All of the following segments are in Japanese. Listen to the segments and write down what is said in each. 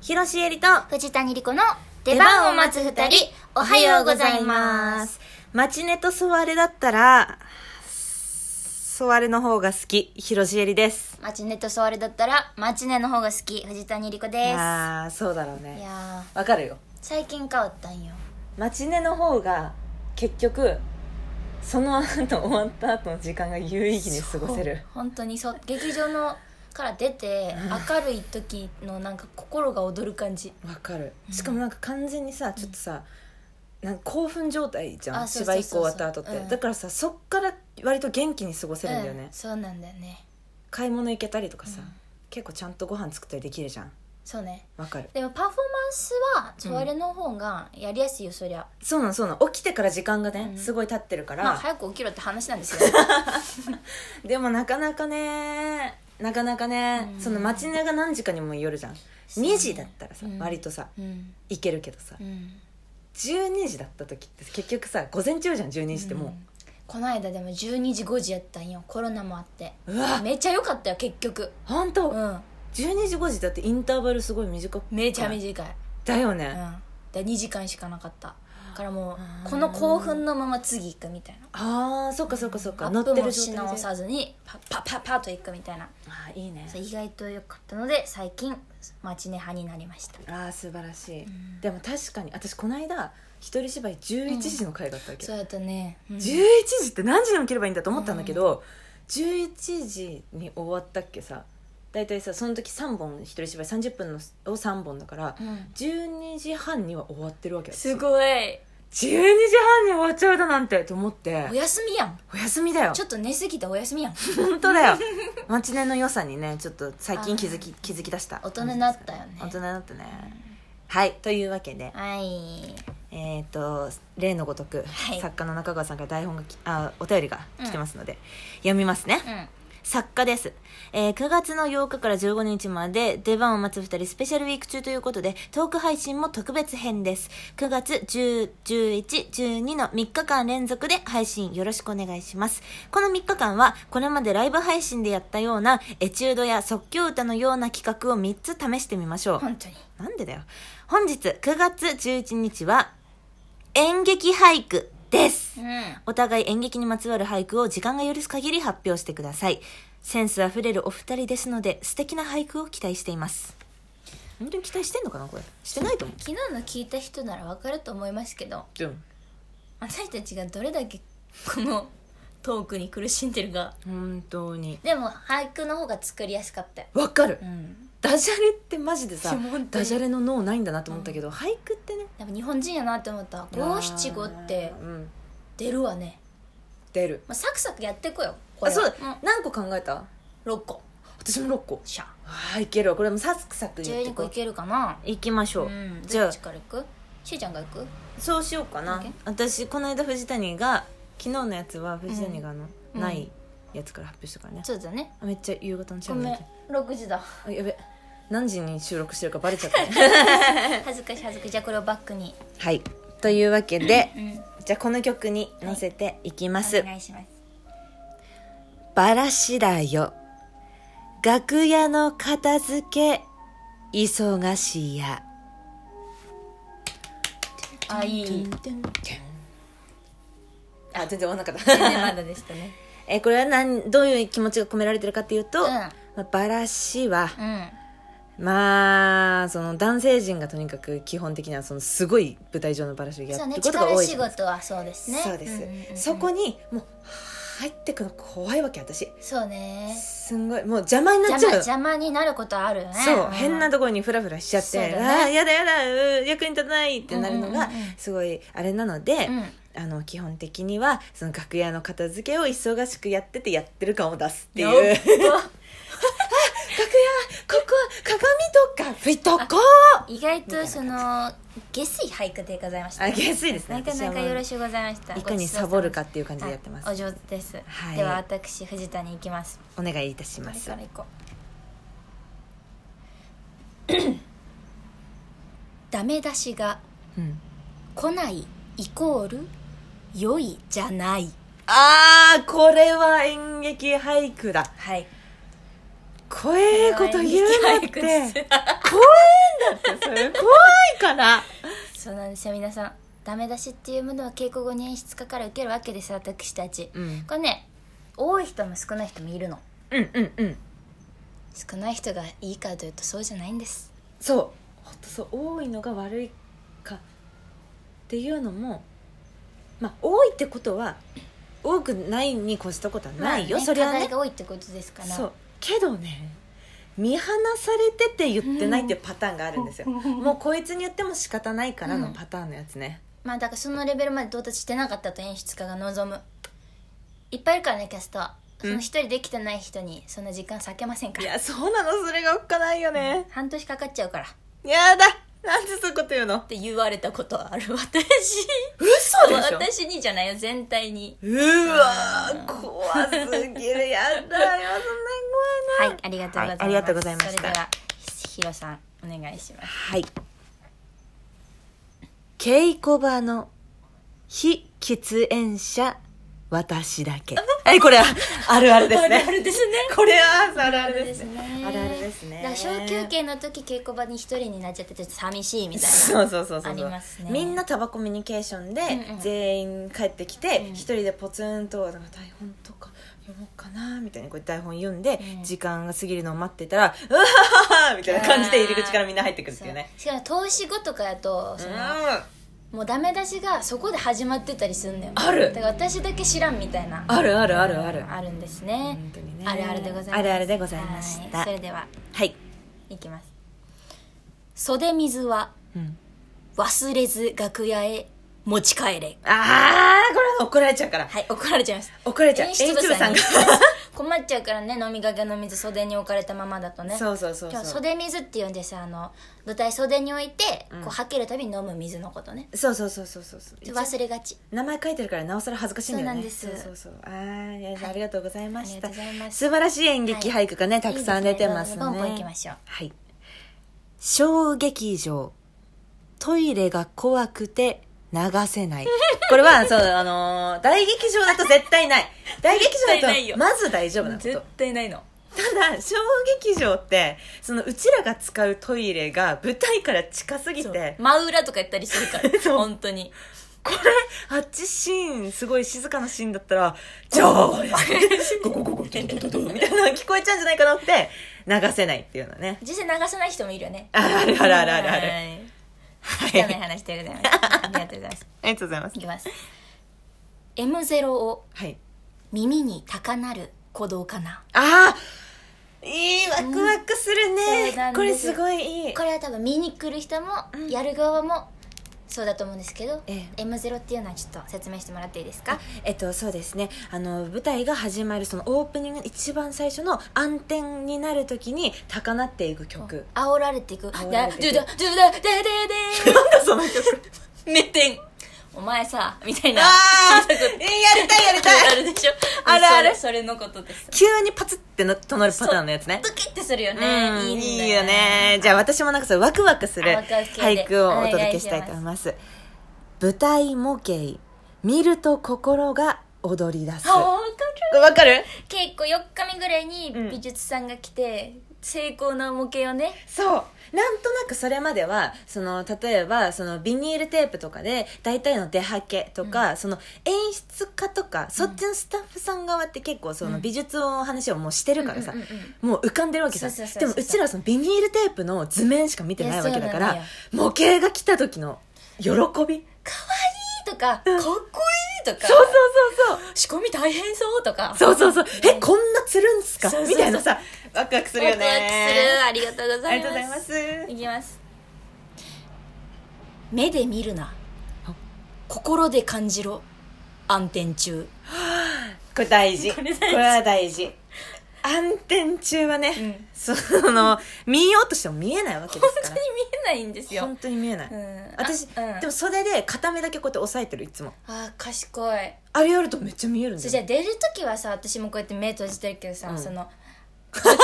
広ロえりと藤谷莉子の出番を待つ二人、おはようございます。。マチネとソワレだったら、ソワレの方が好き、広ロえりです。マチネとソワレだったら、マチネの方が好き、藤谷莉子です。いやああ、そうだろうね。ー、わかるよ。最近変わったんよ。マチネの方が、結局、その後終わった後の時間が有意義に過ごせるそう。本当にそう、劇場の、から出て、明るい時のなんか心が躍る感じ。わかるしかもなんか完全にさちょっとさ、なんか興奮状態じゃんあそう芝居一個終わった後って、そうそうそううんだからさそっから割と元気に過ごせるんだよね、うんそうなんだよね。買い物行けたりとかさ、結構ちゃんとご飯作ったりできるじゃんそうね。わかるでもパフォーマンスは、ソワレの方がやりやすいよ、そりゃ。そうなのそうなの起きてから時間がね、うんすごい経ってるから、まあ、早く起きろって話なん ですよ。うでもなかなかねなかなかね、うんその待ち寝が何時かにもよるじゃんうね2時だったらさ、うん割とさん。行けるけどさうん。 12時だった時って結局さ午前中じゃん12時ってもう、んこの間でも12時5時やったんよコロナもあってうわめちゃ良かったよ結局本当、うん12時5時だってインターバルすごい短くめちゃい短い、だようんね、、で2時間しかなかったからもあうーこの興奮のまま次行くみたいなああそっかそっかそっかア乗ッっプてるも状し態で直さずにパッパッパッパッと行くみたいなあーいいねそう意外と良かったので最近マチネ派になりましたああ素晴らしい、んでも確かに私この間一人芝居11時の回だったわけ、そうやったね、うん11時って何時に起きればいいんだと思ったんだけど、11時に終わったっけさ大体さその時3本一人芝居30分のを3本だから、うん12時半には終わってるわけよすごい12時半に終わっちゃうだなんてと思ってお休みやんお休みだよちょっと寝すぎたお休みやん本当だ よ町根の良さにねちょっと最近気づき気づき出した大人になったよね大人になったねはいというわけではいえっ、と例のごとく、はい作家の中川さんから台本がきあお便りが来てますので、読みますね、うん作家です、えー9月の8日から15日まで出番を待つ2人スペシャルウィーク中ということでトーク配信も特別編です9月101112の3日間連続で配信よろしくお願いしますこの3日間はこれまでライブ配信でやったようなエチュードや即興歌のような企画を3つ試してみましょう本当になんでだよ。本日9月11日は演劇俳句です。うんお互い演劇にまつわる俳句を時間が許す限り発表してください。センスあふれるお二人ですので素敵な俳句を期待しています。本当に期待してんのかなこれ。してないと思昨日の聞いた人ならわかると思いますけどう。うん。私たちがどれだけこのトークに苦しんでるか本当に。でも俳句の方が作りやすかったよわかる、うんダジャレってマジでさいや本当に、ダジャレの脳ないんだなと思ったけど、俳句ってね。やっぱ日本人やなって思った五七五ってうん。出るわね、出る。まあ、サクサクやってこよこあ、れはそうだ、ん、何個考えた6個私も6個。しゃあーいけるわこれもサクサク言って12個こいうけるかな行きましょう、うんじゃどあっちからいくしーちゃんがいくそうしようかな OK 私この間藤谷が昨日のやつは藤谷があの、うんないやつから発表したからね、そうだねあめっちゃ夕方のチャごンネめルん6時だあやべ何時に収録してるかバレちゃったね恥ずかしい恥ずかしいじゃあこれをバックにはいというわけでうんじゃあこの曲に乗せていきます、お願いしますバラシだよ。楽屋の片付け、忙しや。あいいあ、全然終わんなかった。全 然 まだでしたねえーこれは何どういう気持ちが込められてるかっていうと、うんまあ、バラシは、うんまあその男性陣がとにかく基本的にはそのすごい舞台上のバラシをやそうってねることが多力いじ仕ゃない事はそうですねそうです、んんうんそこにもう入ってくの怖いわけ私そうねすんごいもう邪魔になっち邪魔ゃう邪魔になることあるよねそう、ん変なところにフラフラしちゃっそうだて、ねああやだやだうー役に立たないってなるのがうんうんうんうんすごいあれなので、うんあの基本的にはその楽屋の片付けを忙しくやっててやってる感を出すっていうよっ楽屋ここ鏡とか拭いとこう意外とその下水俳句でございましたあ下水ですねなかなかよろしゅうございましたいかにサボるかっていう感じでやってますあお上手です、はいでは私藤田に行きますお願いいたしまこれすから行こう ダメ出しがうん来ないイコール良いじゃないあーこれは演劇俳句だはい怖えこと言うなって怖えんだってから そうなんですよ皆さんダメ出しっていうものは稽古後に演出家から受けるわけです私たち、うんこれね多い人も少ない人もいるのうんうんうん少ない人がいいかというとそうじゃないんですそうほんとそう多いのが悪いかっていうのもまあ多いってことは多くないに越したことはないよ、まあねそれは課ね題が多いってことですからそうけどね見放されてて言ってないっていうパターンがあるんですよ、もうこいつに言っても仕方ないからのパターンのやつね、 まあだからそのレベルまで到達してなかったと演出家が望むいっぱいいるからねキャストはその一人できてない人にそんな時間割けませんかいら、やそうなのそれがおっかないよね、半年かかっちゃうからっやだなんでそういうこと言うのて言われたことある私 嘘でしょ私にじゃないよ全体にうーわー怖すぎるやだよそんなは怖いないありがとうございます、はいありがとうございましたそれではヒロさんお願いしますはい稽古場の非喫煙者私だ けはいこれはあるあるですねですね これはあるあるですねねあるあるですねだから小休憩の時稽古場に一人になっちゃってちょっと寂しいみたいなそうそうそうそうありますねみんなタバコミュニケーションでうんうん全員帰ってきてうん一人でポツンとなんか台本とか読もうかなみたいにこう台本読んでうん時間が過ぎるのを待ってたら「うわはははみたいな感じで入り口からみんな入ってくるっていうねそうしかも投資後とかやとうそんの、もうダメ出しがそこで始まってたりすんだよねあるだから私だけ知らんみたいなあるあるあるあるあるんですね本当にねあるあるでございますあるあるでございましたはいそれでははいいきます袖水はうん忘れず楽屋へ持ち帰れあーこれは怒られちゃうからはい怒られちゃいます怒られちゃう演出部さん演が出 困っちゃうからね飲みかけの水袖に置かれたままだとねそうそうそう今日そう袖水って言うんですよあの舞台袖に置いて、うんこうはけるたびに飲む水のことねそうそうそうそうそうそうちょっと忘れがち名前書いてるからなおさら恥ずかしいんだよねそうなんですそうそうそうあーいやありがとうございました、ありがとうございます素晴らしい演劇俳句がね、たくさん出てますねいいですねどんどん行きましょうはい小劇場トイレが怖くて流せないこれはそうあのー大劇場だと絶対 ない大劇場絶対なだいとよまず大丈夫なこと対ないのただ小劇場ってそのうちらが使うトイレが舞台から近すぎて真裏とかやったりするから 本当にこれあっちシーンすごい静かなシーンだったらじゃあゴゴゴゴドドドドドみたいなのが聞こえちゃうんじゃないかなって流せないっていうのね実際流さない人もいるよねああるあるあるあるあるははいい汚い話でございますありがとうございますありがとうございますいきます M0 をはい耳に高鳴る鼓動かなああいいワクワクするうんそうなねんですよこれすごいいいこれは多分見に来る人もんやる側もそうだと思うんですけど、え M0 っていうのはちょっと説明してもらっていいですかえっと、そうですねあの舞台が始まるそのオープニングの一番最初の暗転になるときに高鳴っていく曲煽られていく「煽らだれじていゅくだじゅだでででなんだその曲名店お前さ」みたいなああやりたいやりたいあるでしょあるあるそれそれのことです急にパツっての止まるパターンのやつねドキッてするようねんんだいいよねじゃあ私もなんかそうワクワクするあワクワク系で俳句をお届けしたいと思います舞台模型見ると心が踊り出すあわわかかるる結構4日目ぐらいにうん美術さんが来て、成功な模型をねそうなんとなくそれまではその例えばそのビニールテープとかで大体の出はけとか、その演出家とかそっちのスタッフさん側って結構そうのん美術の話をもうしてるからさ、うんうんうんもう浮かんでるわけさそうそうそうでそもううちらはそのビニールテープの図面しか見てないわけだかいらや模型が来た時の喜びそうそうそうかわいいとか、かっこいいとかそう仕込み大変そうとかそうそうそうえこんなつるんすかそうそうそうみたいなさワクワクするよねワクワクするありがとうごあざりいがとうございまますすいきます目で見るなあ心で感じろ暗転中これ大事これ大事は大事暗転中はね、うんその見ようとしても見えないわけで本す当かに見えないんですらよ本当に見えない、うん私、あうんでも袖で片目だけこうやって押さえてるいつもあー賢いあれやるとめっちゃ見えるんだそようじゃあ出る時はさ私もこうやって目閉じてるけどさ、うんその舞台上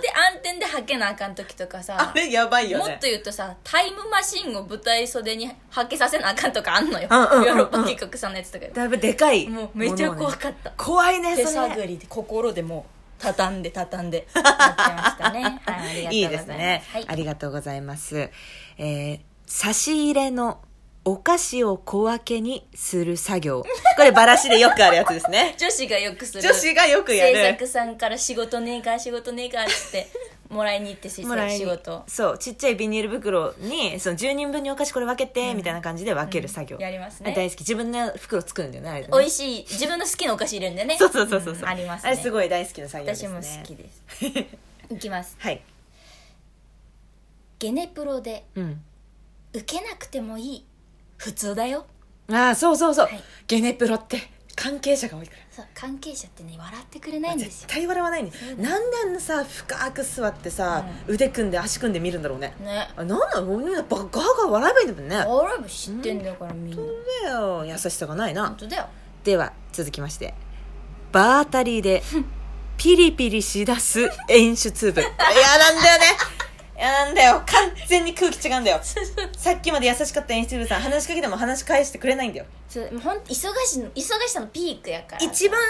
で暗転ではけなあかん時とかあされやばいよもっねと言うとさタイムマシンを舞台袖にはけさせなあかんとかあんのよ、うんうんうんうんヨーロッパ企画さんのやつとかだいぶでかいもうめっちゃものを怖ねかった、怖いね手それ探りで心でもう畳んで畳んで やってましたね、はい、ありがとうございますいいですね、はいありがとうございます、えー差し入れのお菓子を小分けにする作業。これバラシでよくあるやつですね。女子がよく する女子がよくやる。制作さんから仕事ねえか仕事ねえかっつってもらいに行ってしもらいに仕事そうちっちゃいビニール袋にその10人分にお菓子これ分けて、みたいな感じで分ける作業、うんやりますねあ大好き自分の袋作るんだよねあれでね美味しい自分の好きなお菓子入れるんだよねそうそうそうそうそう、んありますあねれすごい大好きな作業ですね私も好きですいきますはいゲネプロでうん受けなくてもいい普通だよああそうそうそう、はいゲネプロって関係者が多いからそう関係者ってね笑ってくれないんで絶すよ対笑わないねなんであんなさ深く座ってさ、腕組んで足組んで見るんだろうねねあなんなのみんなバカが笑えばいいんだもんねオーラブ知ってんだよからみんな本当だよ優しさがないな本当だよでは続きまして場当たりでピリピリしだす演出部いやなんだよねいやなんだよ完全に空気違うんだよさっきまで優しかった演出部さん話しかけても話し返してくれないんだよそうもうほん忙しいの忙しさのピークやから一番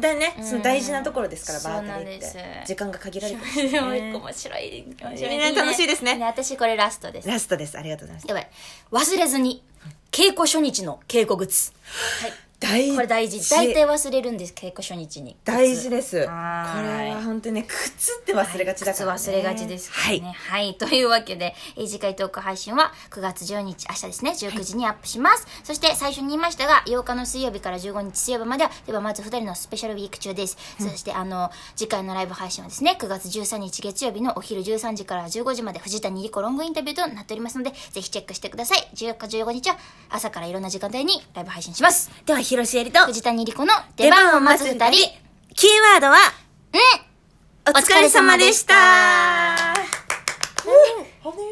だねうんその大事なところですからそう場な当んたりっでてす時間が限られてますでもね面白い面白ね楽しいですね私これラストですラストですありがとうございますやばい忘れずに稽古初日の稽古グッズはい大事これ大事大体忘れるんです稽古初日に大事ですこれはーいは本当にね靴って忘れがちだから、ね、靴忘れがちですからはいねはい、というわけでえー次回トーク配信は9月10日明日ですね19時にアップします、そして最初に言いましたが8日の水曜日から15日水曜日まではではまず2人のスペシャルウィーク中です、そしてあの次回のライブ配信はですね9月13日月曜日のお昼13時から15時まで藤谷莉子ロングインタビューとなっておりますのでぜひチェックしてください14日15日は朝からいろんな時間帯にライブ配信しますでは広瀬えりと藤谷莉子の出番を待つ2人キーワードはうんお疲れ様でした。